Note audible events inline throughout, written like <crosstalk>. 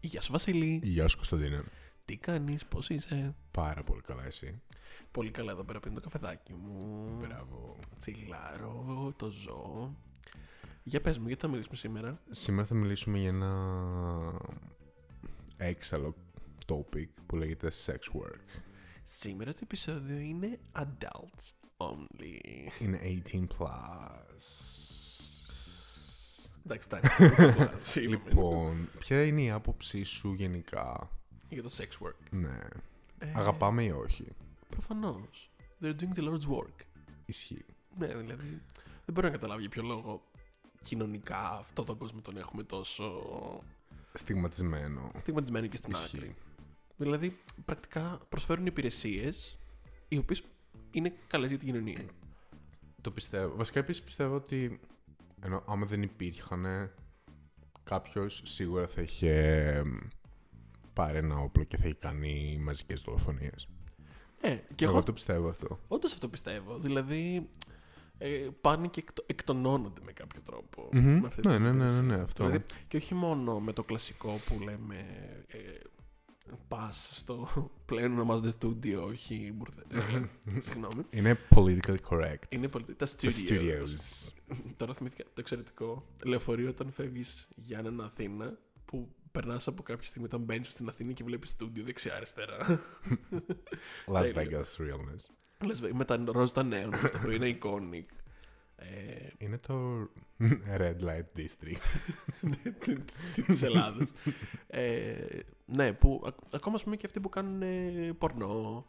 Γεια σου, Βασίλη. Γεια σου Κωνσταντίνε. Τι κάνεις, πώς είσαι. Πάρα πολύ καλά εσύ. Πολύ καλά εδώ πέρα πίνω το καφεδάκι μου. Μπράβο. Τσιλάρω, το ζω. Για πες μου, γιατί θα μιλήσουμε σήμερα. Σήμερα θα μιλήσουμε για ένα έξαλλο topic που λέγεται sex work. Σήμερα το επεισόδιο είναι adults only. Είναι 18 plus. Εντάξει, <laughs> εντάξει. μην το κουράζεις, είμαι. λοιπόν, ποια είναι η άποψή σου γενικά. Για το sex work. Ναι. Ε, Αγαπάμε ή όχι. Προφανώς. They're doing the Lord's work. Ισχύει. Ναι, δηλαδή. Δεν μπορώ να καταλάβω για ποιο λόγο κοινωνικά αυτόν τον κόσμο τον έχουμε τόσο Στιγματισμένο. στιγματισμένο και στην άκρη. Ισχύει. Δηλαδή, πρακτικά προσφέρουν υπηρεσίες οι οποίες είναι καλές για την κοινωνία. Το πιστεύω. Βασικά επίσης πιστεύω ότι ενώ άμα δεν υπήρχαν κάποιος σίγουρα θα είχε πάρει ένα όπλο και θα είχε κάνει μαζικές δολοφονίες. Ε, και εγώ εγώ το πιστεύω αυτό. όντως αυτό πιστεύω. Δηλαδή, ε, πάνε και εκτο- εκτονώνονται με κάποιο τρόπο Μμμ. με αυτή Ναι, την ναι, ναι, ναι, υπηρεσία. ναι, αυτό. Δηλαδή, και όχι μόνο με το κλασικό που λέμε. Ε, Πας στο <laughs> πλέον ονομάζεται στούντιο, όχι μπουρδε. <laughs> ε, Συγγνώμη. Είναι politically correct. Είναι πολύ. Τα The studios. Τώρα θυμήθηκα το εξαιρετικό λεωφορείο όταν φεύγεις Γιάννενα Αθήνα που περνάς από κάποια στιγμή όταν μπαίνεις στην Αθήνα και βλέπεις στούντιο <laughs> δεξιά-αριστερά. Las Τέλειο. Vegas realness. Λες, «Βε, με τα ροζ τα νέων, το οποίο είναι iconic. Ε, <laughs> Είναι το Red Light District. της Ελλάδα. Ε, ναι, που ακ- ακόμα ας πούμε και αυτοί που κάνουν ε, πορνό,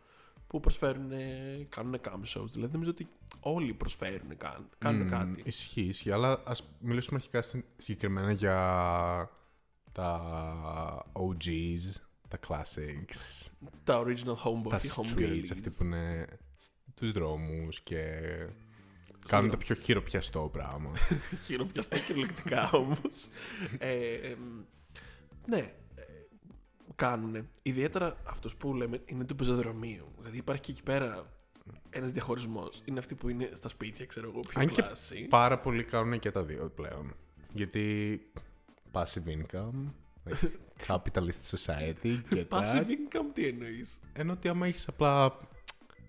που προσφέρουν, ε, κάνουν cam shows. Δηλαδή νομίζω ότι όλοι προσφέρουν, κάν- κάνουν Μμμ, κάτι. Ισχύει, ισχύει. Αλλά ας μιλήσουμε αρχικά συν- συγκεκριμένα για τα OGs, τα classics, Τα original homeboys, τα οι home streets, αυτοί που είναι στους δρόμους και κάνουν το πιο χειροπιαστό <laughs> πράγμα. Χειροπιαστά κυριολεκτικά όμως. ε, εμ, ναι, κάνουν. Ιδιαίτερα αυτού που λέμε είναι του πεζοδρομίου. Δηλαδή υπάρχει και εκεί πέρα ένας διαχωρισμός. Είναι αυτοί που είναι στα σπίτια, ξέρω εγώ, πιο Αν και κλάση. Πάρα πολλοί κάνουν και τα δύο πλέον. Γιατί passive income, <laughs> like capitalist society και τα... Passive income, τι εννοείς. Ενώ ότι άμα έχεις απλά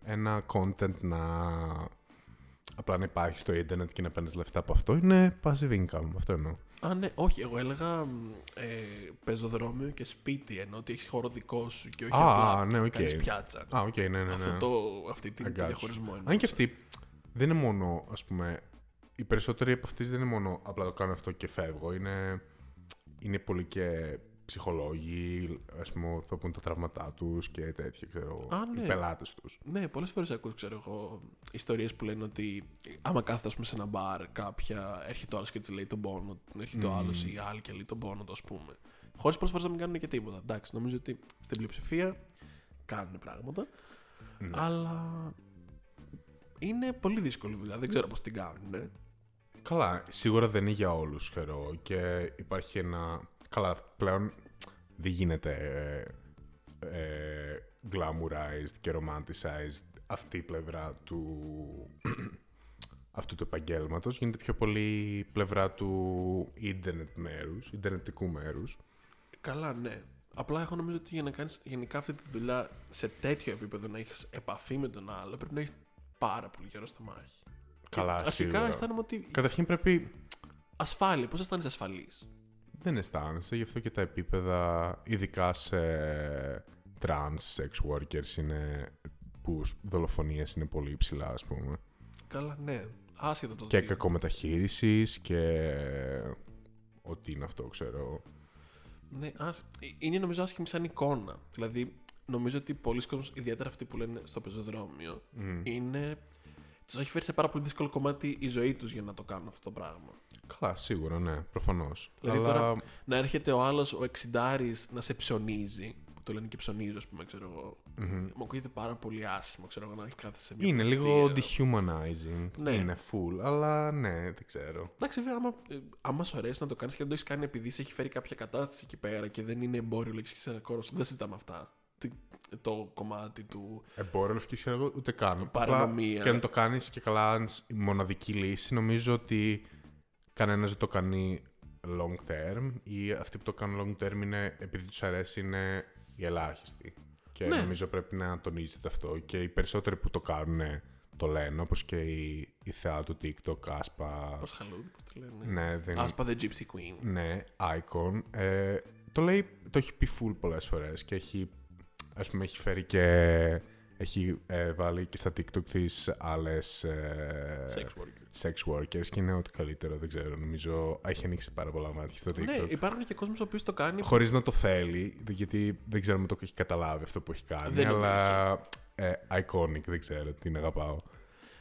ένα content να απλά να υπάρχει στο ίντερνετ και να παίρνεις λεφτά από αυτό, είναι passive income, αυτό εννοώ. Α, ναι, όχι, εγώ έλεγα μ, ε, πεζοδρόμιο και σπίτι, ενώ ότι έχεις χώρο δικό σου και όχι Α, απλά ναι, οκ. κάνεις πιάτσα. Α, οκ, ναι, ναι, Αυτό ναι. το, αυτή I την got το you. διαχωρισμό Αν και εννοούσα. αυτοί δεν είναι μόνο, ας πούμε, οι περισσότεροι από αυτές δεν είναι μόνο απλά το κάνω αυτό και φεύγω, είναι, είναι πολύ και ψυχολόγοι, ας πούμε, θα πούν τα τραύματά τους και τέτοια, ξέρω, εγώ, Α, ναι. οι πελάτες τους. Ναι, πολλές φορές ακούω, ξέρω εγώ, ιστορίες που λένε ότι άμα κάθεται ας πούμε, σε ένα μπαρ, κάποια έρχεται ο άλλος και της λέει τον πόνο, έρχεται ο άλλο ή η άλλη και λέει τον πόνο του, ας πούμε. Χωρίς πολλές φορές να μην κάνουν και τίποτα. Εντάξει, νομίζω ότι στην πλειοψηφία κάνουν πράγματα. Ναι. Αλλά είναι πολύ δύσκολη δουλειά. Δεν ξέρω πώς την κάνουν. ε. Καλά, σίγουρα δεν είναι για όλους χερό και υπάρχει ένα... Καλά, πλέον δεν γίνεται ε, ε, glamourized και romanticized αυτή η πλευρά του αυτού του επαγγέλματος. Γίνεται πιο πολύ πλευρά του ίντερνετ μέρους, ιντερνετικού μέρους. Καλά, ναι. Απλά εγώ νομίζω ότι για να κάνεις γενικά αυτή τη δουλειά σε τέτοιο επίπεδο να έχεις επαφή με τον άλλο, πρέπει να έχεις πάρα πολύ καιρό στα μάχη. Καλά, Και αρχικά σίγουρα. αισθάνομαι ότι Καταρχήν πρέπει... Ασφάλεια, πώς αισθάνεσαι ασφαλής. Δεν αισθάνεσαι, γι' αυτό και τα επίπεδα, ειδικά σε trans sex workers, είναι που σ- δολοφονίες είναι πολύ υψηλά, ας πούμε. Καλά, ναι. Άσχετα το Και ότι- κακομεταχείρισης και ότι είναι αυτό, ξέρω. Ναι, άσ... Είναι νομίζω άσχημη σαν εικόνα. Δηλαδή, νομίζω ότι πολλοί κόσμοι, ιδιαίτερα αυτοί που λένε στο πεζοδρόμιο, είναι. Τους έχει φέρει σε πάρα πολύ δύσκολο κομμάτι η ζωή τους για να το κάνουν αυτό το πράγμα. Καλά, σίγουρα, ναι, προφανώς. Δηλαδή Αλλά τώρα να έρχεται ο άλλος, ο εξιντάρης, να σε ψωνίζει. Που το λένε και ψωνίζω, ας πούμε, ξέρω εγώ. Μου ακούγεται πάρα πολύ άσχημο, ξέρω εγώ, να κάθεσαι σε μια είναι λίγο πλατεία. dehumanizing, Ναι. είναι full, αλλά ναι, δεν ξέρω. Εντάξει, βέβαια, άμα, ε, άμα σου αρέσει να το κάνεις και δεν το έχεις κάνει επειδή σε έχει φέρει κάποια κατάσταση εκεί πέρα και δεν είναι εμπόριο λέξη σε ένα κόρο, δεν συζητάμε αυτά. Τι- το κομμάτι του. Εμπόριο λευκή ξέρω ούτε καν. Απλά Παρανομία. Και αν το κάνεις και καλά, αν σ- η μοναδική λύση, νομίζω ότι κανένας δεν το κάνει long term ή αυτοί που το κάνουν long term είναι επειδή τους αρέσει είναι οι ελάχιστοι. Και Ναι. νομίζω πρέπει να τονίζετε αυτό και οι περισσότεροι που το κάνουν ναι, το λένε, όπως και η, η θεά του TikTok, Άσπα, Πώς χαλούδι, πώς τη λένε. ναι, δεν Άσπα The Gypsy Queen. ναι, Icon, ε, το λέει, το έχει πει full πολλές φορές και έχει, ας πούμε, έχει φέρει και έχει ε, βάλει και στα TikTok της άλλες ε, Sex worker. sex workers και είναι ό,τι καλύτερο, δεν ξέρω, νομίζω έχει ανοίξει πάρα πολλά μάτια στο TikTok. Ναι, υπάρχουν και κόσμος ο οποίος το κάνει. Χωρίς να το θέλει, δε- γιατί δεν ξέρουμε το έχει καταλάβει αυτό που έχει κάνει, Δεν αλλά ε, iconic, δεν ξέρω, την αγαπάω.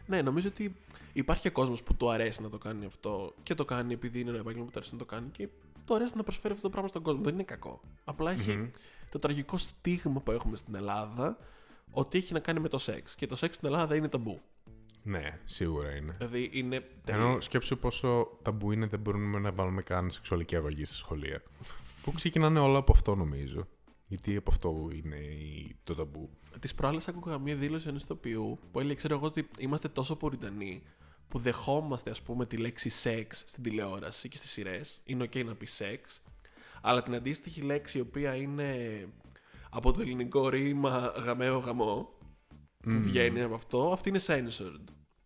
Ναι, νομίζω ότι υπάρχει κόσμος που του αρέσει να το κάνει αυτό και το κάνει επειδή είναι ένα επάγγελμα που του αρέσει να το κάνει και του αρέσει να προσφέρει αυτό το πράγμα στον κόσμο. Δεν είναι κακό. Απλά έχει το τραγικό στίγμα που έχουμε στην Ελλάδα ότι έχει να κάνει με το σεξ. Και το σεξ στην Ελλάδα είναι ταμπού. Ναι, σίγουρα είναι. Δηλαδή είναι. τελείως- Ενώ σκέψου πόσο ταμπού είναι δεν μπορούμε να βάλουμε καν σεξουαλική αγωγή στα σχολεία. Που ξεκινάνε όλα από αυτό νομίζω. Γιατί από αυτό είναι η- το ταμπού. Τις προάλλες άκουγα μια δήλωση ενός ηθοποιού που έλεγε: Ξέρω εγώ ότι είμαστε τόσο πουριτανοί που δεχόμαστε, ας πούμε, τη λέξη σεξ στην τηλεόραση και στις σειρές. Είναι OK να πεις σεξ. Αλλά την αντίστοιχη λέξη, η οποία είναι από το ελληνικό ρήμα γαμαίο γαμό, που βγαίνει από αυτό, αυτή είναι censored.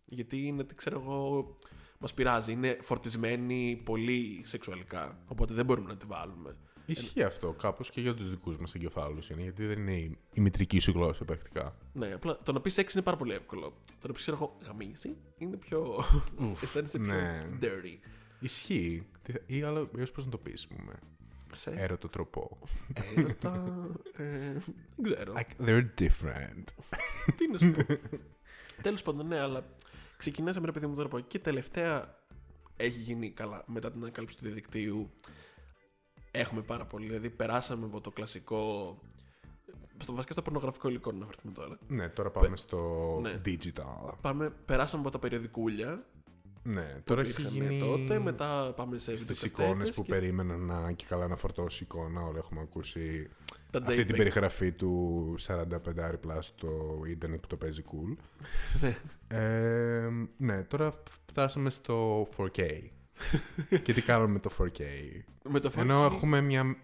Γιατί είναι, τι ξέρω εγώ, μας πειράζει. Είναι φορτισμένη πολύ σεξουαλικά. Οπότε δεν μπορούμε να τη βάλουμε. Ισχύει αυτό κάπως και για τους δικούς μας εγκεφάλους είναι. Γιατί δεν είναι η, η μητρική σου γλώσσα πρακτικά. Ναι, απλά το να πεις σεξ είναι πάρα πολύ εύκολο. Το να πεις ξέρω εγώ γαμίση είναι πιο. αισθάνεσαι πιο ναι. dirty. Ισχύει. Τι θα- Ή άλλο, αλλιώς πώς να το πεις, πούμε. Σε Έρωτο τροπό. έρωτα. ε, δεν ξέρω. Like, they're different. Τι να σου πω. <laughs> Τέλος πάντων, ναι, αλλά ξεκινάσαμε ρε παιδί μου τώρα από εκεί και τελευταία έχει γίνει καλά μετά την ανακάλυψη του διαδικτύου. Έχουμε πάρα πολύ. Δηλαδή, περάσαμε από το κλασικό. Στο βασικά στο πορνογραφικό υλικό να βρεθούμε τώρα. ναι, τώρα πάμε στο Ναι. digital. Πάμε, περάσαμε από τα περιοδικούλια Ναι, τώρα έχει υπήρχαν γίνει... τότε, μετά πάμε σε Στι συνδικαστέτες εικόνες που και περίμεναν να, και καλά να φορτώσει η εικόνα, όλα έχουμε ακούσει τα αυτή την JPEG. περιγραφή του 45 plus στο ίντερνετ που το παίζει cool. Ναι. ε, ναι, τώρα φτάσαμε στο <laughs> 4K. και τι κάνουμε με το 4K. Με το Ενώ 4K, έχουμε μια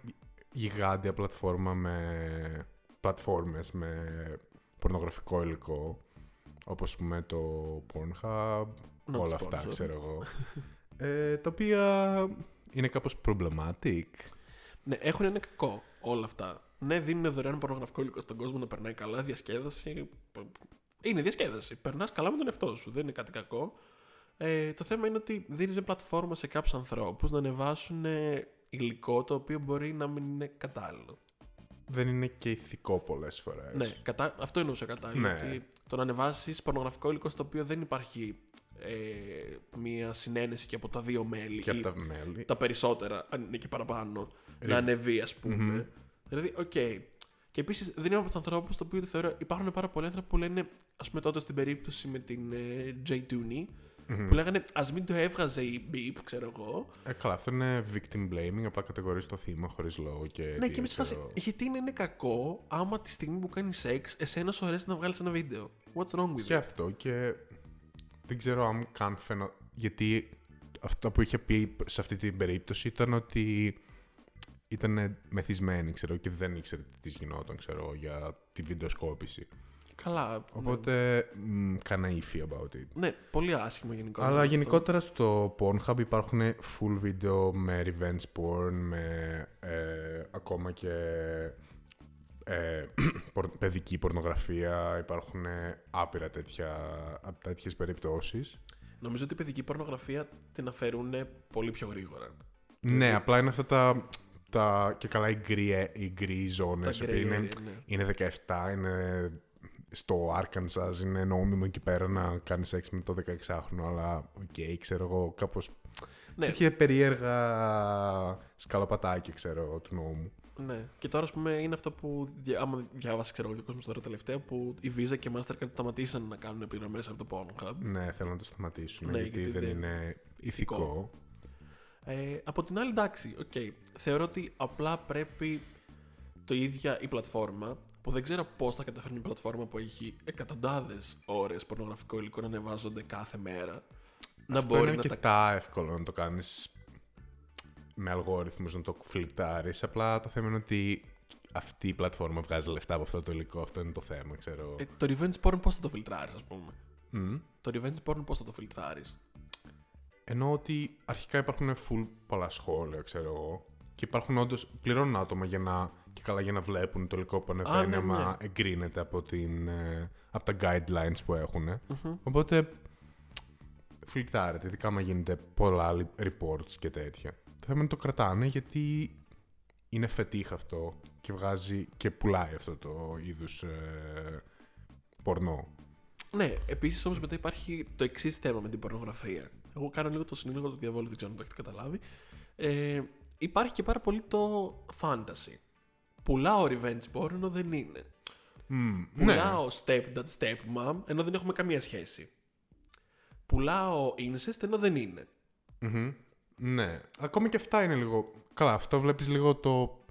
γιγάντια πλατφόρμα με πλατφόρμες με πορνογραφικό υλικό όπως πούμε το Pornhub, not όλα sponsored. αυτά ξέρω εγώ ε, τα οποία είναι κάπως problematic Ναι, έχουν ένα κακό όλα αυτά. Ναι, δίνουν δωρεάν πορνογραφικό υλικό στον κόσμο να περνάει καλά, διασκέδαση. Είναι διασκέδαση. Περνάς καλά με τον εαυτό σου, δεν είναι κάτι κακό. Ε, το θέμα είναι ότι δίνεις μια πλατφόρμα σε κάποιους ανθρώπους να ανεβάσουν ε, υλικό το οποίο μπορεί να μην είναι κατάλληλο. δεν είναι και ηθικό πολλές φορές Ναι, κατά... αυτό εννοούσα κατάλληλο. Ναι. Ότι το να ανεβάσεις πορνογραφικό υλικό στο οποίο δεν υπάρχει ε, μια συνένεση και από τα δύο μέλη. και από ή- τα μέλη Ε, τα περισσότερα, αν είναι και παραπάνω, να ανεβεί, ας πουμε Δηλαδή, οκ. Και επίσης δεν είμαι από τους ανθρώπους, το οποίο θεωρώ. Υπάρχουν πάρα πολλοί άνθρωποι που λένε, ας πούμε τότε στην περίπτωση με την ε, Jay Dooney, που λέγανε Ας μην το έβγαζε η Beep, ξέρω εγώ. ε, καλά αυτό είναι victim blaming απλά κατηγορείς το θύμα χωρίς λόγο και ναι, Ε, τι, και με στη φάση. ξέρω. Γιατί να είναι κακό άμα τη στιγμή που κάνει σεξ, εσένα σου αρέσει να βγάλεις ένα βίντεο. What's wrong with Και you? αυτό και δεν ξέρω αν καν φαινό... Γιατί αυτό που είχε πει σε αυτή την περίπτωση ήταν ότι ήταν μεθυσμένη, ξέρω, και δεν ήξερε τι της γινόταν, ξέρω, για τη βιντεοσκόπηση. Ναι. Καλά. Οπότε, μ, κανένα ύφη about it. Ναι, πολύ άσχημο γενικότερα. Αλλά αυτό. γενικότερα στο Pornhub υπάρχουν full video με revenge porn, με ε, ακόμα και ε, <clears throat> πορ- παιδική πορνογραφία. Υπάρχουν άπειρα τέτοια, α- τέτοιες περιπτώσεις. Νομίζω ότι η παιδική πορνογραφία την αφαιρούν πολύ πιο γρήγορα. Ναι, απλά είναι αυτά τα, τα και καλά οι γκρι, ε, οι γκρι ζώνες, Τα που gray είναι, area, ναι. είναι 17, είναι στο Arkansas, είναι νόμιμο εκεί πέρα να κάνεις σεξ με το 16χρονο, αλλά οκ, ξέρω εγώ, κάπως Ναι, Τέτοια περίεργα σκαλοπατάκια, ξέρω, του νόμου. Ναι. Και τώρα, ας πούμε, είναι αυτό που. δια- Άμα διάβασες, ξέρω εγώ, και ο κόσμο τώρα τελευταία, που η Visa και η Mastercard σταματήσαν να κάνουν επιγραμμές από το Pornhub. Ναι, θέλω να το σταματήσουν, Ναι, γιατί, γιατί δεν δεν- είναι ηθικό. Ε, από την άλλη, εντάξει, οκ. Θεωρώ ότι απλά πρέπει το ίδια η πλατφόρμα, που δεν ξέρω πώς θα καταφέρνει η πλατφόρμα που έχει εκατοντάδες ώρες πορνογραφικό υλικό να ανεβάζονται κάθε μέρα. να Αυτό μπορεί είναι να τα αρκετά εύκολο να το κάνεις με αλγόριθμους να το φλιπτάρεις, απλά το θέμα είναι ότι αυτή η πλατφόρμα βγάζει λεφτά από αυτό το υλικό, αυτό είναι το θέμα, ξέρω. Ε, το revenge porn πώς θα το φιλτράρεις, ας πούμε. Μμμ. Το revenge porn πώς θα το φιλτράρεις. Ενώ ότι αρχικά υπάρχουν full πολλά σχόλια, ξέρω εγώ. Και υπάρχουν όντως πληρώνουν άτομα για να, και καλά για να βλέπουν το υλικό που ανεβαίνει, ναι, ναι. άμα εγκρίνεται από, την, ε, από τα guidelines που εχουν Οπότε φλικτάρεται, ειδικά άμα γίνεται πολλά li- reports και τέτοια. Το θέμα είναι το κρατάνε γιατί είναι φετίχ αυτό και βγάζει και πουλάει αυτό το είδους ε, πορνό. Ναι, επίσης όμως μετά υπάρχει το εξής θέμα με την πορνογραφία. Εγώ κάνω λίγο το συνήγορο του διαβόλου, δεν ξέρω αν το έχετε καταλάβει. Ε, υπάρχει και πάρα πολύ το fantasy. Πουλάω revenge porn ενώ δεν είναι. Μμμ, Πουλάω stepdad, stepmom ενώ δεν έχουμε καμία σχέση. Πουλάω incest ενώ δεν είναι. Μμμ. Ναι. Ακόμα και αυτά είναι λίγο. Καλά, αυτό βλέπεις λίγο το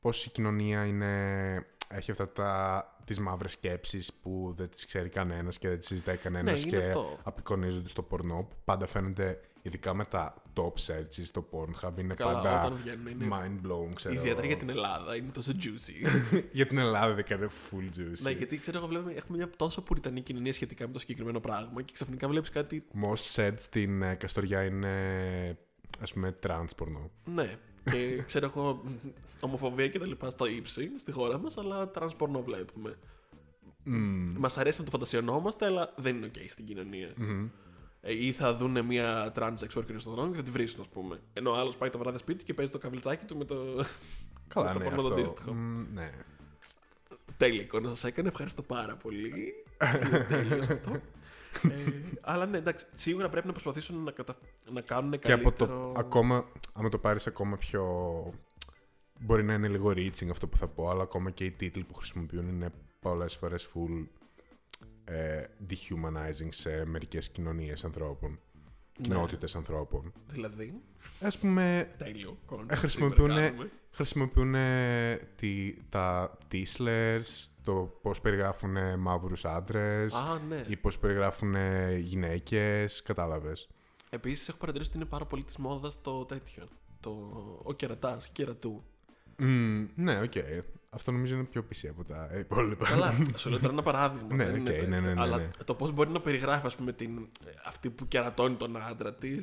πώς η κοινωνία είναι. Έχει αυτά τα τις μαύρες σκέψεις που δεν τις ξέρει κανένας και δεν τις συζητάει κανένας Ναι, είναι και αυτό. απεικονίζονται στο πορνό που πάντα φαίνονται ειδικά με τα top searches στο Pornhub είναι Καλά, πάντα όταν βγαίνουν είναι mind blown ξέρω Ιδιαίτερα για την Ελλάδα, είναι τόσο juicy. <laughs> για την Ελλάδα δεν κάνει full juicy ναι, γιατί ξέρω εγώ, βλέπουμε, έχουμε μια τόσο πουριτανή κοινωνία σχετικά με το συγκεκριμένο πράγμα και ξαφνικά βλέπεις κάτι. most said στην ε, Καστοριά είναι ας πούμε trans πορνό Ναι, και ξέρω εγώ, ομοφοβία και τα λοιπά στα ύψη στη χώρα μας, αλλά τρανς πορνό βλέπουμε. Μας αρέσει να το φαντασιωνόμαστε, αλλά δεν είναι OK στην κοινωνια Ε, ή θα δουν μια trans sex worker στον δρόμο και θα τη βρίσουν, ας πούμε. Ενώ ο άλλος πάει το βράδυ σπίτι και παίζει το καβιλτσάκι του με το. καλά με το ναι, πορνό το αυτό. αντίστοιχο. Μμ, ναι. Τέλεια εικόνα σας έκανε. Ευχαριστώ πάρα πολύ. Είναι Τέλειος αυτό. ε, αλλά ναι, εντάξει, σίγουρα πρέπει να προσπαθήσουν να, κατα... να κάνουν Και καλύτερο. από το ακόμα, άμα το πάρεις ακόμα πιο... Μπορεί να είναι λίγο reaching αυτό που θα πω, αλλά ακόμα και οι τίτλοι που χρησιμοποιούν είναι πολλές φορές full ε, dehumanizing σε μερικές κοινωνίες ανθρώπων, Ναι. κοινότητες ανθρώπων. Δηλαδή, Ας πούμε, τέλειο. ε, χρησιμοποιούν, χρησιμοποιούν ε, τη, τα teaslers, το πώς περιγράφουν μαύρους άντρες Α, ναι. ή πώς περιγράφουν ε, γυναίκες, κατάλαβες. Επίσης, έχω παρατηρήσει ότι είναι πάρα πολύ της μόδας το τέτοιο. Το... Ο κερατάς, κερατού. Μμμ, ναι, οκ. Αυτό νομίζω είναι πιο PC από τα υπόλοιπα. Καλά, σου λέω τώρα ένα παράδειγμα. Ναι, δεν οκ, είναι ναι, τέτοιο. ναι, ναι, ναι, ναι. Αλλά το πώς μπορεί να περιγράφει, ας πούμε, την... αυτή που κερατώνει τον άντρα της.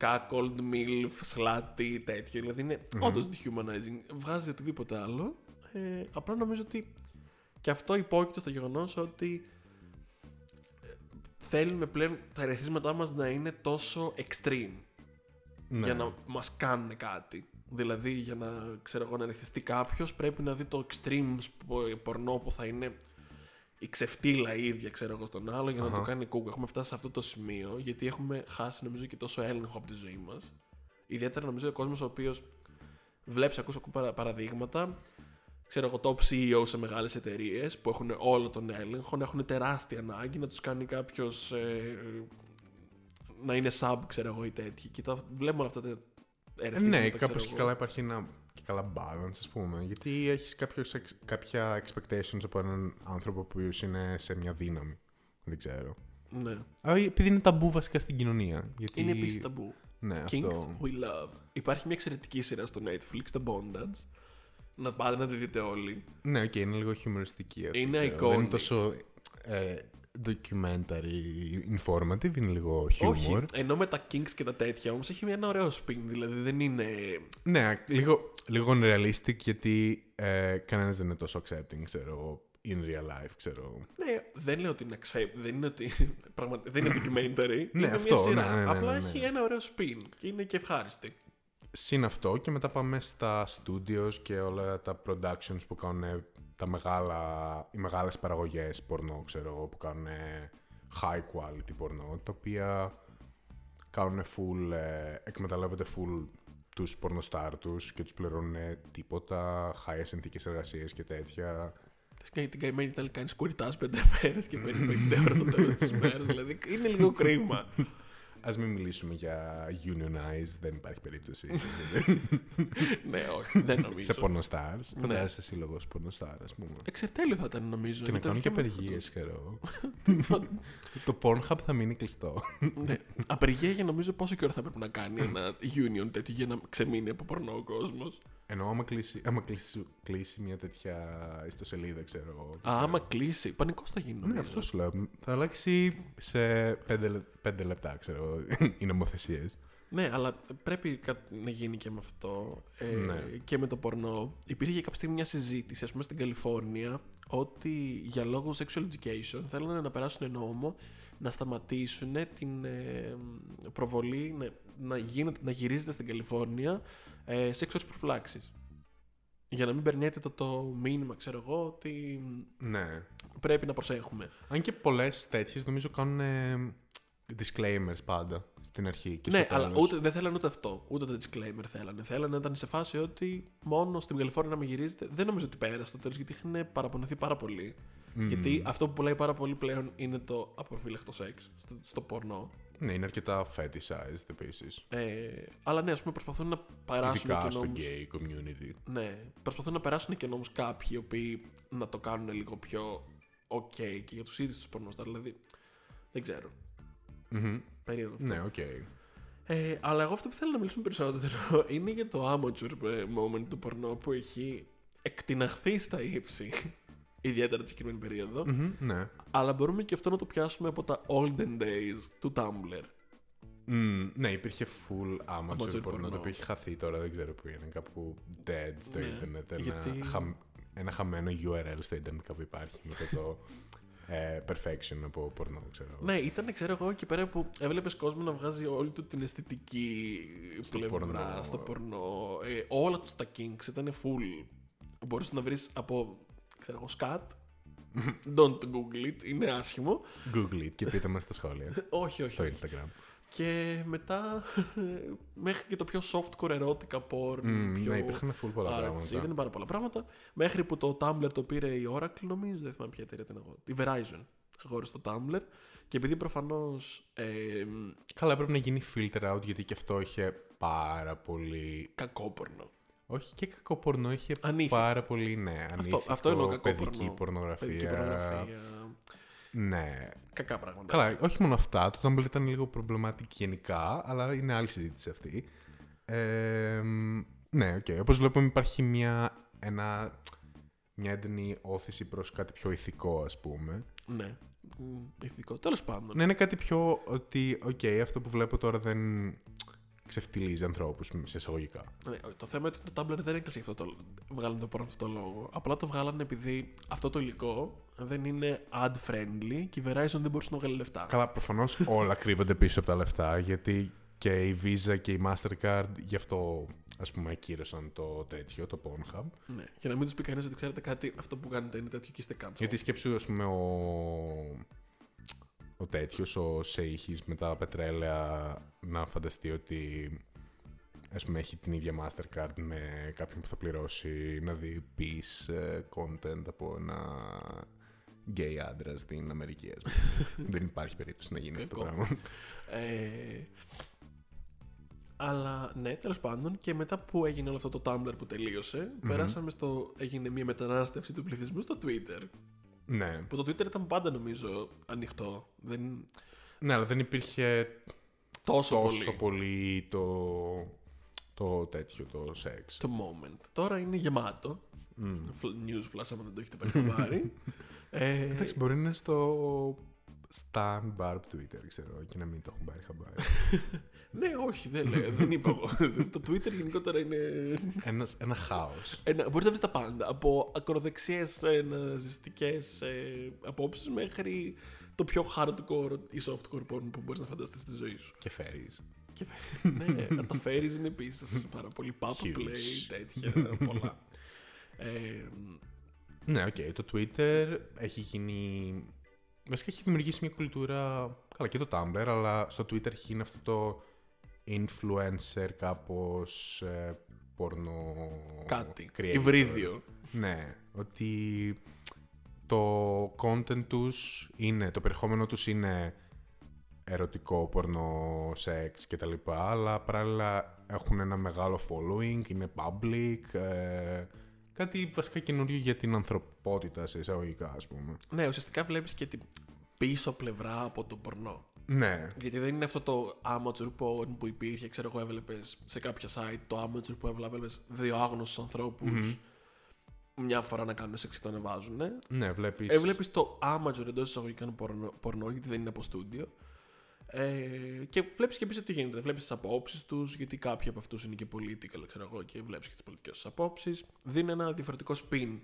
Cuckold, MILF, σλάτι, τέτοιο. Δηλαδή είναι όντως dehumanizing. Βγάζει οτιδήποτε άλλο. Ε, απλά νομίζω ότι και αυτό υπόκειται στο γεγονός ότι ε, θέλουμε πλέον τα ερεθίσματά μας να είναι τόσο extreme Ναι. για να μας κάνουν κάτι. Δηλαδή, για να ξέρω εγώ να ερεθιστεί κάποιος, πρέπει να δει το extreme σπο- πορνό που θα είναι η ξεφτύλα η ίδια, ξέρω εγώ, στον άλλο για να το κάνει κούκ. Έχουμε φτάσει σε αυτό το σημείο, γιατί έχουμε χάσει νομίζω και τόσο έλεγχο από τη ζωή μας. Ιδιαίτερα νομίζω ο κόσμος ο οποίος βλέπει, ακούς, ακού παρα- παραδείγματα. Ξέρω εγώ, top CEO σε μεγάλες εταιρείες που έχουν όλο τον έλεγχο, να έχουν τεράστια ανάγκη να τους κάνει κάποιος να είναι sub, ξέρω εγώ, ή τέτοιοι. Και τα βλέπουμε όλα αυτά τα Ε, ερεθίσματα, ναι, ξέρω κάπως και εγώ. καλά υπάρχει ένα και καλά balance, ας πούμε. Γιατί έχεις κάποια expectations από έναν άνθρωπο που είναι σε μια δύναμη. Δεν ξέρω. Ναι. Αλλά επειδή είναι ταμπού βασικά στην κοινωνία. Γιατί... Είναι επίσης ταμπού. Ναι, Kings αυτό. We Love. Υπάρχει μια εξαιρετική σειρά στο Netflix, The Bondage. Να πάτε να τη δείτε όλοι. Ναι, οκ, είναι λίγο χιουμοριστική αυτή. Είναι ξέρω. Δεν είναι iconic. τόσο ε, documentary informative, είναι λίγο humor. Όχι, ενώ με τα Kings και τα τέτοια όμως έχει ένα ωραίο spin. Δηλαδή δεν είναι. Ναι, λίγο, λίγο unrealistic γιατί ε, κανένας δεν είναι τόσο accepting, ξέρω εγώ, in real life, ξέρω εγώ. Ναι, δεν λέω ότι είναι εξφέ- δεν είναι ότι. <laughs> Πραγματικά δεν είναι documentary. είναι Ναι, αυτό, μια σειρά. ναι, ναι, ναι, Απλά ναι, ναι. έχει ένα ωραίο spin και είναι και ευχάριστη. Συν αυτό και μετά πάμε στα studios και όλα τα productions που κάνουν τα μεγάλα, οι μεγάλες παραγωγές πορνό, ξέρω εγώ, που κάνουν high quality πορνό, τα οποία κάνουν full, ε, εκμεταλλεύονται full τους πορνοστάρ τους και τους πληρώνουν τίποτα, high συνθήκες εργασίας και τέτοια. Και την καημένη Ιταλία κάνει <laughs> <laughs> σκουριτά πέντε μέρες και παίρνει 50 ευρώ το τέλος της μέρας. Δηλαδή είναι λίγο κρίμα. ας μην μιλήσουμε για unionized, δεν υπάρχει <laughs> περίπτωση. ναι, όχι, δεν σε νομίζω. πορνοστάρ. Ναι. Φαντάζεσαι σε σύλλογο πορνοστάρ, ας πούμε. Εξερτέλειο Ε, θα ήταν νομίζω. Και να γιατί κάνουν και αυτό- απεργίες, <laughs> ξέρω. Το Pornhub θα μείνει κλειστό. Ναι. Απεργία για νομίζω πόσο καιρό θα πρέπει να κάνει ένα union τέτοιο για να ξεμείνει από πορνό ο κόσμος. Ενώ άμα κλείσει, άμα κλείσει, κλείσει μια τέτοια ιστοσελίδα, ξέρω εγώ. Α, άμα κλείσει, πανικός θα γίνει. Ναι, νομίζω. αυτό σου λέω. Θα αλλάξει σε πέντε, λε- πέντε λεπτά, ξέρω εγώ, <laughs> οι νομοθεσίες. Ναι, αλλά πρέπει κάτι να γίνει και με αυτό. Ε, Ναι. Και με το πορνό. Υπήρχε κάποια στιγμή μια συζήτηση, ας πούμε, στην Καλιφόρνια, ότι για λόγους sexual education θέλουν να περάσουν νόμο να σταματήσουν την ε, προβολή, ναι, να, γίνεται, να γυρίζεται στην Καλιφόρνια ε, sexual προφυλάξει. Για να μην περνιέται το, το μήνυμα, ξέρω εγώ, ότι Ναι. πρέπει να προσέχουμε. Αν και πολλές τέτοιες νομίζω κάνουν ε, disclaimers πάντα στην αρχή. Και ναι, στο αλλά τέλος. ούτε, δεν θέλανε ούτε αυτό. Ούτε τα disclaimer θέλανε. Θέλανε να ήταν σε φάση ότι μόνο στην Καλιφόρνια να με γυρίζετε. Δεν νομίζω ότι πέρασε το τέλος γιατί είχαν παραπονεθεί πάρα πολύ. Γιατί αυτό που πουλάει πάρα πολύ πλέον είναι το απροφύλακτο σεξ στο, στο πορνό. Ναι, είναι αρκετά fetishized επίσης. Ε, αλλά ναι, ας πούμε προσπαθούν να περάσουν Ειδικά και στο νόμους. gay community. Ναι, προσπαθούν να περάσουν και νόμους κάποιοι οι οποίοι να το κάνουν λίγο πιο ok και για τους ίδιους τους πορνό. Δηλαδή δεν ξέρω. Μμμ. Περίεργο αυτό. Ναι, οκ. Ε, αλλά εγώ αυτό που θέλω να μιλήσουμε περισσότερο <laughs> είναι για το amateur ε, moment του πορνό που έχει εκτιναχθεί στα ύψη. <laughs> Ιδιαίτερα τη συγκεκριμένη περίοδο. Μμμ, Ναι. Αλλά μπορούμε και αυτό να το πιάσουμε από τα olden days του Tumblr. Μμ, ναι, υπήρχε full amateur Amateur porno το porno. οποίο έχει χαθεί τώρα, δεν ξέρω πού είναι. Κάπου dead στο Ναι, ίντερνετ. Ένα, γιατί- χαμ- ένα χαμένο URL στο ίντερνετ κάπου υπάρχει με το, το ε, perfection από porno, ξέρω. εγώ. Ναι, ήταν, ξέρω εγώ, εκεί πέρα που έβλεπες κόσμο να βγάζει όλη του την αισθητική πλευρά πορνό. στο πορνό. Ε, όλα τους τα kinks ήταν full. Μπορούσε να βρεις από, ξέρω εγώ, σκατ. Don't google it, είναι άσχημο. Google it και πείτε μας στα <laughs> σχόλια όχι, όχι. στο όχι. Instagram. Και μετά <laughs> μέχρι και το πιο softcore ερώτηκα porn, Μμ, πιο Ναι, υπήρχαν full πολλά artsy, πράγματα. ήταν πάρα πολλά πράγματα. Μέχρι που το Tumblr το πήρε η Oracle, νομίζω, δεν θυμάμαι ποια εταιρεία ήταν εγώ. Η Verizon αγόρισε το Tumblr. Και επειδή προφανώς. Ε, Καλά, έπρεπε να γίνει filter out γιατί και αυτό είχε πάρα πολύ. κακόπορνο. Όχι και κακό πορνό, είχε Ανήθικο. πάρα πολύ. Ναι, ανήθικο, Αυτό, αυτό εννοώ κακό παιδική πορνό. πορνογραφία. Παιδική πορνογραφία. Ναι. Κακά πράγματα. Καλά, όχι μόνο αυτά. Το Tumblr ήταν λίγο προβληματική γενικά, αλλά είναι άλλη συζήτηση αυτή. Ε, μ, ναι, οκ. Όπως βλέπουμε υπάρχει μια, ένα, μια έντονη όθηση προς κάτι πιο ηθικό, ας πούμε. Ναι. Μ, Ηθικό. Τέλος πάντων. Ναι, είναι κάτι πιο ότι, οκ, αυτό που βλέπω τώρα δεν ξεφτιλίζει ανθρώπους, σε εισαγωγικά. Ναι, το θέμα είναι ότι το Tumblr δεν έκλεισε γι' αυτό το, βγάλανε το πόρνο αυτό το λόγο. Απλά το βγάλανε επειδή αυτό το υλικό δεν είναι ad friendly και η Verizon δεν μπορούσε να βγάλει λεφτά. Καλά, προφανώς όλα κρύβονται πίσω από τα λεφτά, γιατί και η Visa και η Mastercard γι' αυτό ας πούμε ακύρωσαν το τέτοιο, το Pornhub. Ναι. Για να μην τους πει κανείς ότι ξέρετε κάτι, αυτό που κάνετε είναι τέτοιο και είστε κάτσο. Γιατί σκέψου, ας πούμε, ο, ο τέτοιος, ο Σέιχης με τα πετρέλαια, να φανταστεί ότι ας πούμε, έχει την ίδια Mastercard με κάποιον που θα πληρώσει να δει peace ε, content από ένα gay άντρα στην Αμερική. ας πούμε. Δεν υπάρχει περίπτωση να γίνει αυτό το Κακό. πράγμα. Ε, αλλά ναι, τέλος πάντων, και μετά που έγινε όλο αυτό το Tumblr που τελειωσε περάσαμε στο. έγινε μια μετανάστευση του πληθυσμού στο Twitter. ναι. Που το Twitter ήταν πάντα νομίζω ανοιχτό. Δεν ναι, αλλά δεν υπήρχε τόσο, τόσο πολύ. πολύ το, το τέτοιο, το σεξ. το moment. Τώρα είναι γεμάτο. Φλ- News flash, άμα δεν το έχετε περιλαμβάνει. ε, Εντάξει, μπορεί να είναι στο Stan Barb Twitter, ξέρω, και να μην το έχουν πάρει χαμπάρι. <laughs> ναι, όχι, δεν, λέω, δεν είπα εγώ. το Twitter γενικότερα είναι. Ένας, ένα χάος. Ένα, μπορείς Ε, να βρεις τα πάντα. Από ακροδεξιές ε, ναζιστικές ε, απόψεις μέχρι το πιο hardcore ή softcore porn που μπορείς να φανταστείς στη ζωή σου. Και φέρεις. Και <laughs> ναι, να τα φέρεις είναι επίσης πάρα πολύ pop Huge. play, τέτοια, πολλά. Ε, Ναι, οκ. το Twitter έχει γίνει... Βασικά έχει δημιουργήσει μια κουλτούρα... Καλά, και το Tumblr, αλλά στο Twitter έχει γίνει αυτό το influencer κάπως ε, πορνο... κάτι. creator. Υβρίδιο. Ναι, ότι το content τους είναι, το περιεχόμενο τους είναι ερωτικό, πορνό, σεξ κτλ. Αλλά παράλληλα έχουν ένα μεγάλο following, είναι public. ε, κάτι βασικά καινούριο για την ανθρωπότητα σε εισαγωγικά, ας πούμε. Ναι, ουσιαστικά βλέπεις και την πίσω πλευρά από τον πορνό. Ναι, Γιατί δεν είναι αυτό το amateur porn που υπήρχε, ξέρω εγώ, έβλεπες σε κάποια site το amateur που έβλεπες δύο άγνωστους μια φορά να κάνουν σεξ και το ανεβάζουν. ναι, βλέπεις. Έβλεπες το amateur εντός εισαγωγικών πορνό, πορνό, γιατί δεν είναι από στούντιο. Ε, και βλέπεις και πίσω τι γίνεται. Βλέπεις τις απόψεις τους, γιατί κάποιοι από αυτούς είναι και political, ξέρω εγώ, και βλέπεις και τις πολιτικές τους απόψεις. Δίνει ένα διαφορετικό spin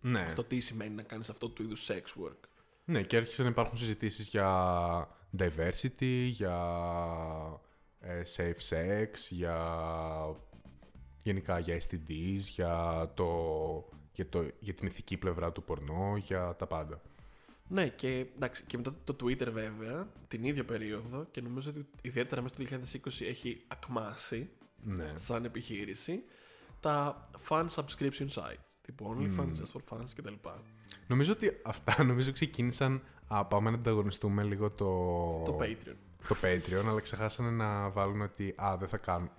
ναι. στο τι σημαίνει να κάνεις αυτό του είδους sex work. Ναι, και άρχισαν να υπάρχουν συζητήσεις για diversity, για ε, safe sex, για γενικά για STDs, για, το, για, το, για την ηθική πλευρά του πορνό, για τα πάντα. Ναι, και, εντάξει, και μετά το Twitter βέβαια, την ίδια περίοδο, και νομίζω ότι ιδιαίτερα μέσα στο 2020 έχει ακμάσει Ναι. σαν επιχείρηση τα fan subscription sites, τύπου OnlyFans, Just for Fans κτλ. Νομίζω ότι αυτά <laughs> νομίζω ξεκίνησαν. Α, πάμε να ανταγωνιστούμε λίγο το, Το Patreon. το Patreon, αλλά ξεχάσανε να βάλουν ότι. Α, δεν θα κάνουν.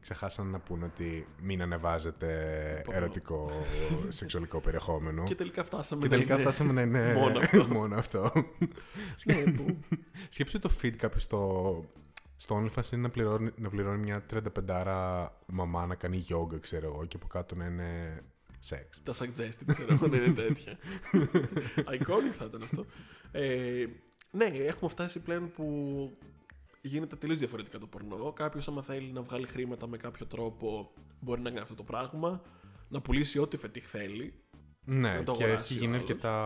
Ξεχάσανε να πούνε ότι μην ανεβάζετε Πορνό. ερωτικό <laughs> σεξουαλικό περιεχόμενο. Και τελικά φτάσαμε ναι, Και να τελικά είναι- φτάσαμε να είναι <laughs> μόνο αυτό. Ναι. μόνο αυτό. Ναι, που- Σκέψου το feed κάποιος στο, στο OnlyFans είναι να πληρώνει, να πληρώνει μια 35 μαμά να κάνει yoga, ξέρω εγώ, και από κάτω να είναι σεξ. Τα suggested, ξέρω εγώ, να είναι τέτοια. Iconic θα ήταν αυτό. Ε, ναι, έχουμε φτάσει πλέον που γίνεται τελείως διαφορετικά το πορνό. Κάποιος, άμα θέλει να βγάλει χρήματα με κάποιο τρόπο, μπορεί να κάνει αυτό το πράγμα. Να πουλήσει ό,τι φετίχ θέλει. Ναι, το και αγοράσει έχει ο γίνει άλλος. αρκετά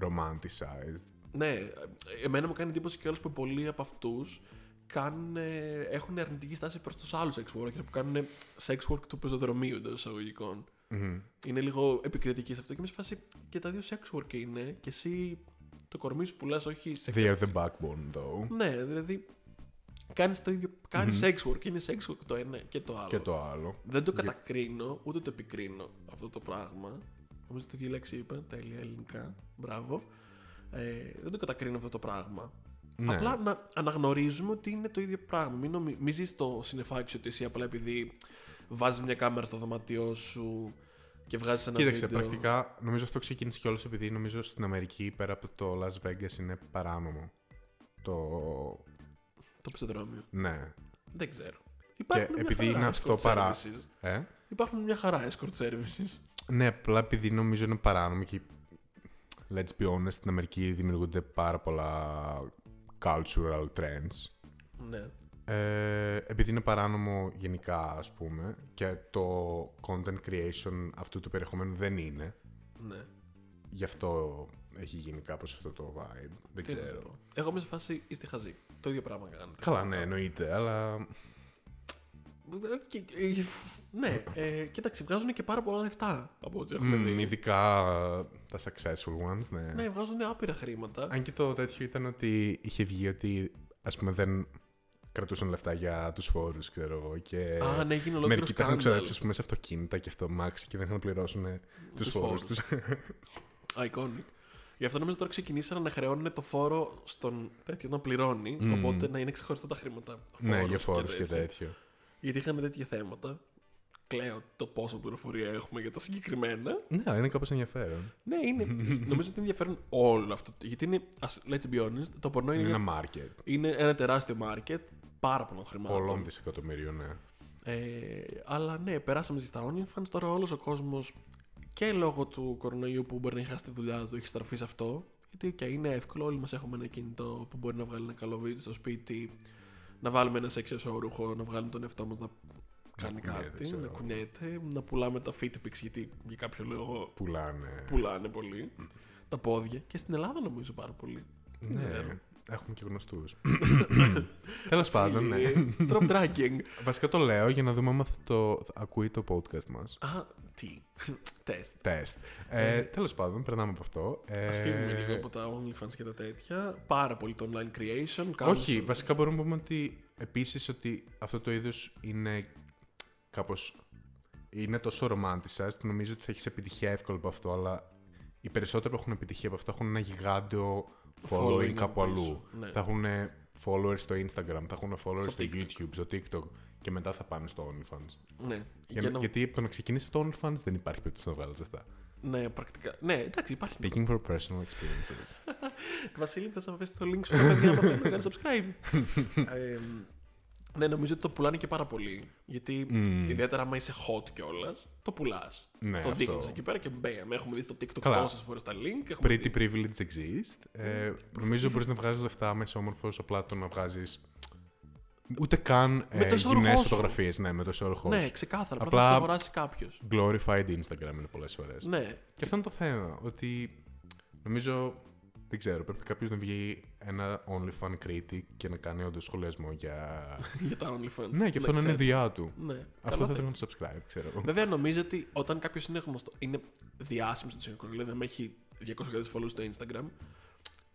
romanticized. Ναι, εμένα μου κάνει εντύπωση κιόλα που πολλοί από αυτούς έχουν αρνητική στάση προς τους άλλους sex workers που κάνουν sex work του πεζοδρομίου εντός εισαγωγικών. Μμμ. είναι λίγο επικριτική σε αυτό και είμαι σε φάση και τα δύο sex work είναι και εσύ το κορμί σου πουλάς όχι σε They are the backbone, though. Ναι, δηλαδή κάνεις το ίδιο, κάνεις sex work, είναι sex work το ένα και το άλλο. Και το άλλο. Δεν το Για- κατακρίνω, ούτε το επικρίνω αυτό το πράγμα. Νομίζω ότι τη λέξη είπα, τέλεια ελληνικά, μπράβο. Ε, δεν το κατακρίνω αυτό το πράγμα. Ναι. Απλά να αναγνωρίζουμε ότι είναι το ίδιο πράγμα. Μην, νομι... μην ζεις το συνεφάκι σου ότι εσύ απλά επειδή βάζεις μια κάμερα στο δωμάτιό σου και βγάζεις ένα Κοίταξε, βίντεο. πρακτικά νομίζω αυτό ξεκίνησε κιόλας επειδή νομίζω στην Αμερική πέρα από το Las Vegas είναι παράνομο. Το. Το ψευδρόμιο. Ναι. Δεν ξέρω. Και επειδή είναι αυτό παρά. Ε? Υπάρχουν μια χαρά escort services. Ναι, απλά επειδή νομίζω είναι παράνομο και let's be honest, στην Αμερική δημιουργούνται πάρα πολλά cultural trends. Ναι. Ε, επειδή είναι παράνομο γενικά, ας πούμε, και το content creation αυτού του περιεχομένου δεν είναι, ναι. γι' αυτό έχει γίνει κάπως αυτό το vibe. Δεν Τι να ξέρω. πω. Εγώ είμαι σε φάση είστε χαζοί. Το ίδιο πράγμα κάνετε. Καλά, ναι, εννοείται, αλλά Ε, και- ε, ναι, ε, κοίταξε, βγάζουν και πάρα πολλά λεφτά από ό,τι έχουμε μ, δει. ειδικά τα successful ones, ναι. Ναι, βγάζουν άπειρα χρήματα. Αν και το τέτοιο ήταν ότι είχε βγει ότι ας πούμε δεν κρατούσαν λεφτά για τους φόρους, ξέρω εγώ, και... Α, ναι, έγινε ολόκληρο ε, Μερικοί τα είχαν σκάνδαλ. ξοδέψει ας πούμε, σε αυτοκίνητα και αυτό μάξι και δεν είχαν να πληρώσουν τους Τους φόρους του. φόρους. <laughs> Iconic. Γι' αυτό νομίζω τώρα ξεκινήσαν να χρεώνουν το φόρο στον τέτοιο να πληρώνει. Οπότε να είναι ξεχωριστά τα χρήματα. ναι, Φόρος για φόρους και, τέτοια. τέτοιο. Γιατί είχαν τέτοια θέματα. Κλαίω το πόσο πληροφορία έχουμε για τα συγκεκριμένα. Ναι, αλλά είναι κάπως ενδιαφέρον. Ναι, <laughs> είναι. νομίζω ότι είναι ενδιαφέρον όλο αυτό. Γιατί είναι. ας- Let's be honest, το πορνό είναι, Είναι είναι, ένα market. ένα τεράστιο market. Πάρα πολλών χρημάτων. Πολλών δισεκατομμυρίων, ναι. Ε, αλλά ναι, περάσαμε στα OnlyFans. Τώρα όλος ο κόσμος και λόγω του κορονοϊού που μπορεί να έχει χάσει τη δουλειά του, έχει στραφεί σε αυτό. Γιατί και είναι εύκολο, όλοι μας έχουμε ένα κινητό που μπορεί να βγάλει ένα καλό βίντεο στο σπίτι, να βάλουμε ένα σεξ ρούχο, να βγάλουμε τον εαυτό μας να κάνει κουνιέται, κάτι, ξέρω να εγώ. κουνιέται, να πουλάμε τα Fitbits γιατί για κάποιο λόγο Πουλάνε. πουλάνε πολύ. Τα πόδια και στην Ελλάδα νομίζω πάρα πολύ. Δεν ξέρω. Ναι. Έχουμε και γνωστούς. <coughs> <coughs> Τέλος πάντων, ναι. Τρομ dragging. Βασικά το λέω για να δούμε αν θα το θα ακούει το podcast μας. Α, τι. <laughs> Τεστ. Τεστ. Τέλος πάντων, περνάμε από αυτό. Ε, Ας φύγουμε λίγο από τα OnlyFans και τα τέτοια. Πάρα πολύ το online creation. κάνουν Όχι, σου- βασικά μπορούμε να πούμε ότι επίσης ότι αυτό το είδος είναι κάπως... Είναι τόσο ρομάντισας, το νομίζω ότι θα έχεις επιτυχία εύκολα από αυτό, αλλά οι περισσότεροι που έχουν επιτυχία από αυτό έχουν ένα γιγάντιο following Following κάπου πίσω, αλλού. ναι. Θα έχουν followers στο Instagram, θα έχουν followers στο, Στο TikTok. YouTube, στο TikTok και μετά θα πάνε στο OnlyFans. Ναι. Για, Για να- Γιατί από το να ξεκινήσεις από το OnlyFans δεν υπάρχει περίπτωση να βγάλεις αυτά. Ναι, πρακτικά. Ναι, εντάξει, υπάρχει. Speaking for personal experiences. Βασίλη, θα σα αφήσεις το link στο παιδιά άμα θέλει να κάνει <laughs> subscribe. Ε, ναι, νομίζω ότι το πουλάνε και πάρα πολύ. Γιατί ιδιαίτερα άμα είσαι hot κιόλας, το πουλάς. Ναι, το αυτό. δείχνεις εκεί πέρα και μπαμ. Έχουμε δει στο TikTok Καλά. τόσες φορές τα link. έχουμε δει. Pretty privilege exist. Ναι. Ε, νομίζω μπορείς να βγάζεις λεφτά μέσα όμορφος, απλά το να βγάζεις. Ούτε καν Με ε, το σωρχό γυμνές σου. φωτογραφίες, ναι, με το σωρχό. Ναι, σου. ξεκάθαρα. Απλά- Απλά θα τις αγοράσεις κάποιος. Glorified Instagram είναι πολλές φορές. Ναι, Και αυτό είναι το θέμα. Ότι νομίζω. Δεν ξέρω, πρέπει κάποιος να βγει ένα OnlyFans critic και να κάνει όντω σχολιασμό για. <laughs> για τα OnlyFans. ναι, και αυτό να είναι ξέρω. δουλειά του. Ναι, Αυτό Καλά Ναι. θα θα- θέλω να το subscribe, ξέρω εγώ. Βέβαια, νομίζω ότι όταν κάποιος είναι γνωστός, είναι διάσημος στο σύγχρονο, δηλαδή δεν έχει 200.000 followers στο Instagram,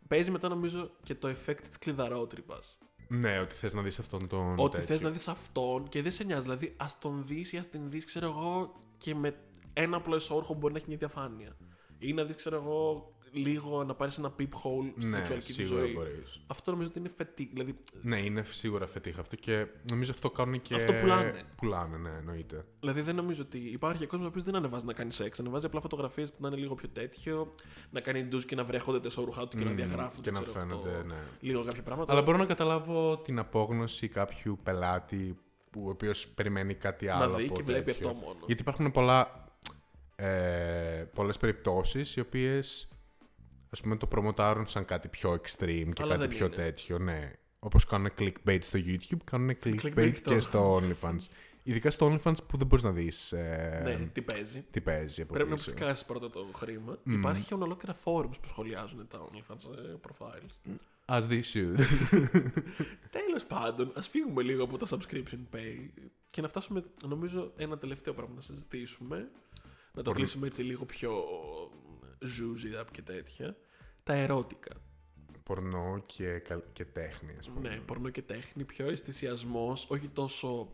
παίζει μετά νομίζω και το effect της κλειδαρότρυπα. Ναι, ότι θες να δεις αυτόν τον. Ότι τέτοιο. θες να δεις αυτόν και δεν σε νοιάζει. Δηλαδή, ας τον δεις ή ας την δεις, ξέρω εγώ, και με ένα απλό εσόρχο μπορεί να έχει μια διαφάνεια. Ή να δεις, ξέρω εγώ, λίγο να πάρεις ένα peep hole στη Ναι, σεξουαλική σου σίγουρα ζωή. μπορείς. Αυτό νομίζω ότι είναι φετί. Δηλαδή, Ναι, είναι σίγουρα φετίχα αυτό και νομίζω αυτό κάνουν και. Αυτό πουλάνε. Πουλάνε, ναι, εννοείται. Δηλαδή δεν νομίζω ότι υπάρχει κόσμος ο οποίος δεν ανεβάζει να κάνει σεξ. Ανεβάζει απλά φωτογραφίες που να είναι λίγο πιο τέτοιο, να κάνει ντους και να βρέχονται τα σώρουχά του και να Μμμ, διαγράφουν. και να ξέρω φαίνονται, αυτό. ναι. Λίγο κάποια πράγματα. Αλλά μπορώ να καταλάβω την απόγνωση κάποιου πελάτη που ο οποίος περιμένει κάτι άλλο. δει από και βλέπει τέτοιο. αυτό μόνο. Γιατί υπάρχουν πολλά. Ε, πολλές περιπτώσεις οι οποίες ας πούμε το προμοτάρουν σαν κάτι πιο extreme και Αλλά κάτι δεν πιο είναι. τέτοιο, ναι. Όπως κάνουν clickbait στο YouTube, κάνουν clickbait, στο- και στο OnlyFans. Ειδικά στο OnlyFans που δεν μπορείς να δεις ε, Ναι, τι παίζει. τι παίζει από Πρέπει να πίσω. ψεκάσει πρώτα το χρήμα. Υπάρχει και ολόκληρα forums που σχολιάζουν τα OnlyFans ε, profiles. As they should. Τέλος πάντων, ας φύγουμε λίγο από τα subscription pay και να φτάσουμε, νομίζω, ένα τελευταίο πράγμα να συζητήσουμε. Να το κλείσουμε έτσι λίγο πιο ζούζι up και τέτοια. Τα ερώτικα. Πορνό και, καλ- και τέχνη, ας πούμε. Ναι, πορνό και τέχνη, πιο αισθησιασμός, όχι τόσο.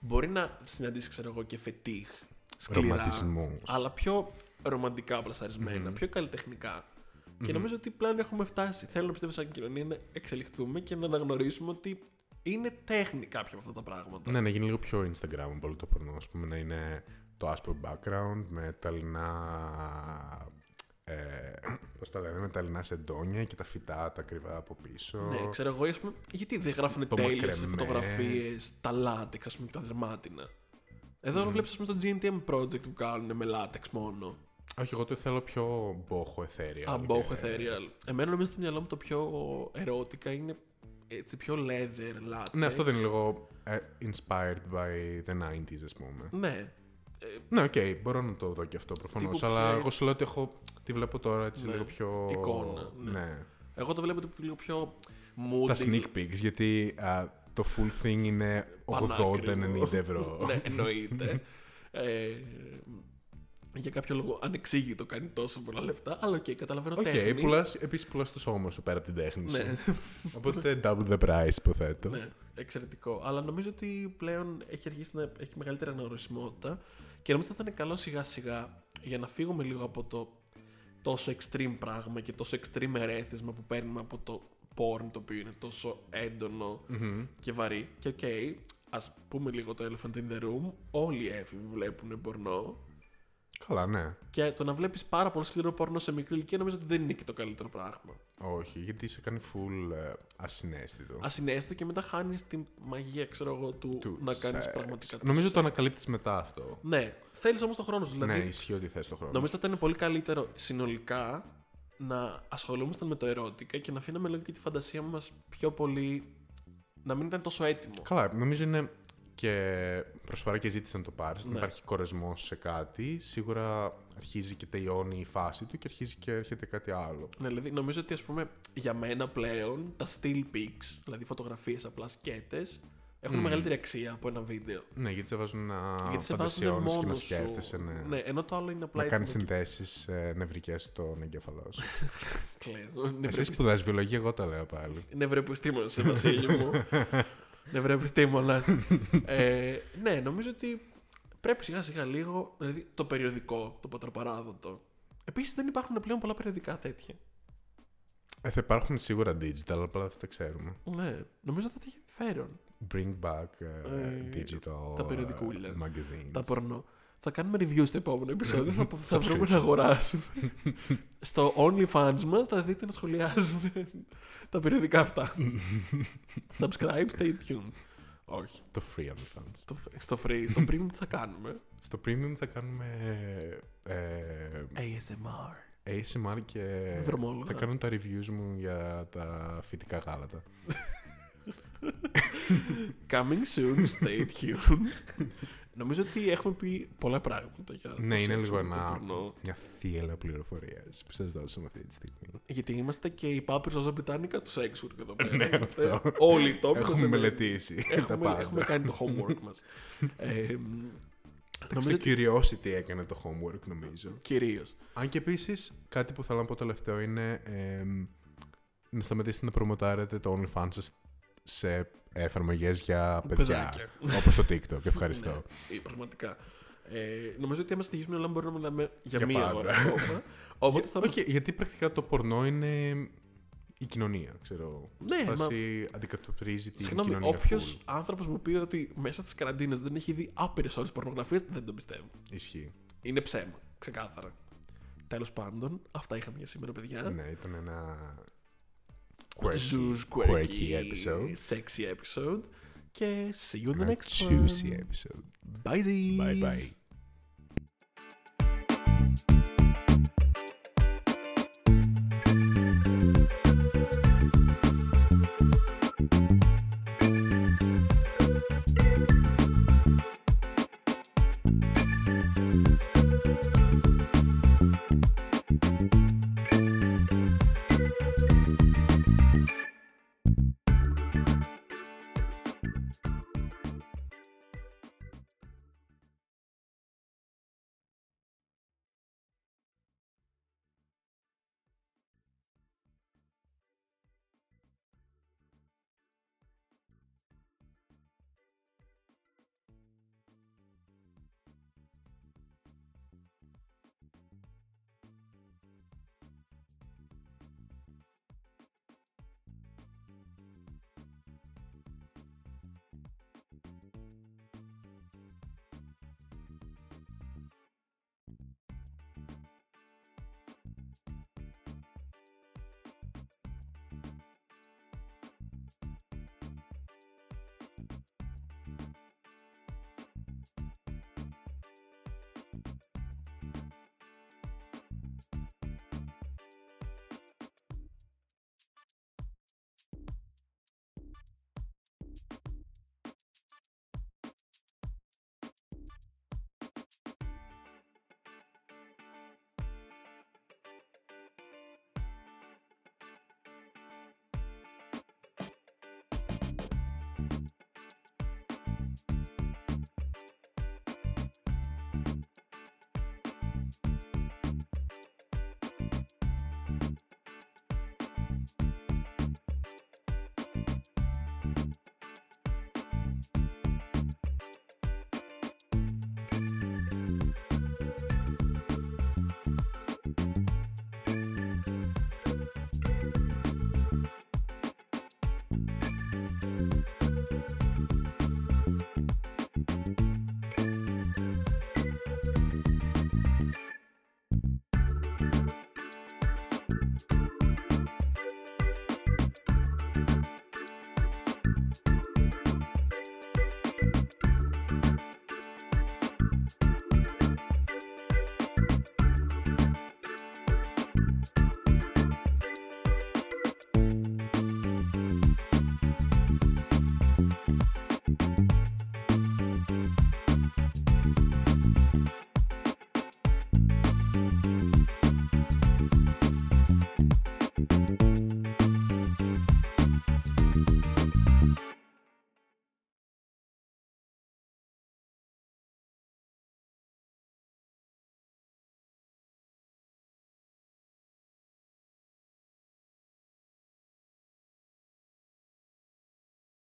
Μπορεί να συναντήσεις, ξέρω εγώ, και φετίχ. Σκληρά, Ρομαντισμούς. Αλλά πιο ρομαντικά πλασαρισμένα, πιο καλλιτεχνικά. Και νομίζω ότι πλέον έχουμε φτάσει. Θέλω να πιστεύω σαν κοινωνία να εξελιχθούμε και να αναγνωρίσουμε ότι είναι τέχνη κάποια από αυτά τα πράγματα. Ναι, να γίνει λίγο πιο Instagram το πορνό, ας πούμε, να είναι το άσπρο background με τα λινά... Ε, πώς τα λένε, με τα λινά σεντόνια και τα φυτά τα κρυβά από πίσω. Ναι, ξέρω εγώ, ας πούμε, γιατί δεν γράφουν Το τέλειες οι μακρεμές. φωτογραφίες, τα λάτεξ, ας πούμε, και τα δερμάτινα. Εδώ mm. βλέπεις, ας πούμε, στο GNTM project που κάνουν με λάτεξ μόνο. Όχι, εγώ το θέλω πιο μπόχο ethereal. Αμπόχο και- ε, ethereal. Εμένα νομίζω στο μυαλό μου το πιο ερώτικα είναι έτσι πιο leather, latex. Ναι, αυτό δεν είναι λίγο ε, inspired by the 90s, ας πούμε. Ναι. Ναι, οκ, μπορώ να το δω και αυτό προφανώς, Τύπου αλλά πιο- εγώ σου λέω ότι έχω, τη βλέπω τώρα έτσι Ναι, λίγο πιο... εικόνα, ναι. ναι. Εγώ το βλέπω ότι λίγο πιο τα moody. sneak peeks, γιατί α, το full thing είναι 80-90 ευρώ. <laughs> ναι, εννοείται. ε, για κάποιο λόγο ανεξήγητο κάνει τόσο πολλά λεφτά, αλλά οκ, καταλαβαίνω Οκ, τέχνη. πουλάς, επίσης πουλάς το σώμα σου πέρα από την τέχνη σου. Ναι. <laughs> Οπότε double the price υποθέτω. Ναι, εξαιρετικό. Αλλά νομίζω ότι πλέον έχει αρχίσει να έχει μεγαλύτερη αναγνωρισιμότητα και νομίζω ότι θα ήταν καλό σιγά σιγά για να φύγουμε λίγο από το τόσο extreme πράγμα και τόσο extreme ερέθισμα που παίρνουμε από το porn το οποίο είναι τόσο έντονο και βαρύ. Και οκ, ας πούμε λίγο το elephant in the room, όλοι οι έφηβοι βλέπουν πορνό Καλά, ναι. και το να βλέπεις πάρα πολύ σκληρό πορνό σε μικρή ηλικία νομίζω ότι δεν είναι και το καλύτερο πράγμα. Όχι, γιατί σε κάνει full ε, ασυναίσθητο. Ασυνέστο και μετά χάνεις τη μαγεία, ξέρω εγώ, του, Του να κάνεις σεξ. πραγματικά το Νομίζω σεξ. το ανακαλύπτεις μετά αυτό. Ναι, θέλεις όμως τον χρόνο σου. Δηλαδή, Ναι, ισχύει ότι θες το χρόνο. νομίζω ότι θα ήταν πολύ καλύτερο συνολικά να ασχολούμασταν με το ερώτικα και να αφήναμε λίγο και τη φαντασία μας πιο πολύ. να μην ήταν τόσο έτοιμο. Καλά, νομίζω είναι και προσφορά και ζήτηση να το πάρει. Όταν Ναι. υπάρχει κορεσμός σε κάτι, σίγουρα αρχίζει και τελειώνει η φάση του και αρχίζει και έρχεται κάτι άλλο. Ναι, δηλαδή νομίζω ότι ας πούμε για μένα πλέον τα still pics, δηλαδή φωτογραφίες απλά σκέτες, έχουν μεγαλύτερη αξία από ένα βίντεο. Ναι, γιατί σε βάζουν να Γιατί σε βάζουν φαντασιώνεις και μόνος να σου. σκέφτεσαι. Ναι. ενώ το άλλο είναι Ναι, απλά να κάνει έτοιμο και συνδέσεις ε, νευρικές στον εγκέφαλός <laughs> σου. κλαίω. Εσύ Νευρεπισ- σπουδάζεις βιολογία, εγώ το λέω πάλι. Νευροεπιστήμονα σε ε, Βασίλη μου. Νευροεπιστήμονα. ε, ναι, νομίζω ότι πρέπει σιγά σιγά λίγο. Δηλαδή το περιοδικό, το πατροπαράδοτο. Επίσης δεν υπάρχουν πλέον πολλά περιοδικά τέτοια. Ε, θα υπάρχουν σίγουρα digital, απλά δεν τα ξέρουμε. Ναι, νομίζω θα το είχε ενδιαφέρον. Bring back ε, Ε, digital τα περιοδικούλα. ε, magazines. Τα πορνό. Θα κάνουμε review στο επόμενο επεισόδιο. θα, θα βρούμε Subscription. να αγοράσουμε. στο OnlyFans μας θα δείτε να σχολιάζουμε τα περιοδικά αυτά. Subscribe, stay tuned. Όχι. Το free OnlyFans. Στο, στο free, στο premium τι θα κάνουμε. Στο premium θα κάνουμε ε, ASMR. ASMR και Δρομόλογα. θα κάνω τα reviews μου για τα φυτικά γάλατα. Coming soon, stay <laughs> tuned. Νομίζω ότι έχουμε πει πολλά πράγματα για το ναι, είναι σεξ λίγο με το ένα, πορνό. μια θύελα πληροφορίας που σας δώσαμε αυτή τη στιγμή. Γιατί είμαστε και οι πάπυρε ω Βρυτάνικα του σεξουρ εδώ πέρα. Ναι, Είμαστε αυτό. Όλοι το Έχουμε μελετήσει τα Έχουμε, πάντα. έχουμε κάνει το homework <laughs> μας. Ε, μ, νομίζω Στο ότι Curiosity έκανε το homework, νομίζω. κυρίως. Αν και επίσης, κάτι που θέλω να πω τελευταίο είναι εμ, να σταματήσετε να προμοτάρετε το OnlyFans σας σε εφαρμογές για παιδιά. Παιδάκια. Όπως το TikTok. Ευχαριστώ. Ναι, ε, πραγματικά. Ε, νομίζω ότι άμα συνεχίσουμε όλα μπορούμε να μιλάμε για, Για μία πάντα. ώρα <laughs> ακόμα. Οπότε θα Οκ, γιατί πρακτικά το πορνό είναι η κοινωνία, ξέρω. Ναι, Στη μα- φάση αντικατοπτρίζει την Συγγνώμη, κοινωνία. όποιος full. άνθρωπος μου πει ότι μέσα στις καραντίνες δεν έχει δει άπειρες ώρες πορνογραφίας, δεν τον πιστεύω. Ισχύει. Είναι ψέμα. Ξεκάθαρα. Τέλος πάντων, αυτά είχαμε για σήμερα, παιδιά. Ναι, ήταν ένα. Quirky, Zoos, quirky episode. Sexy episode. Και see you in the Ένα next one. juicy episode. Bye, Bye bye.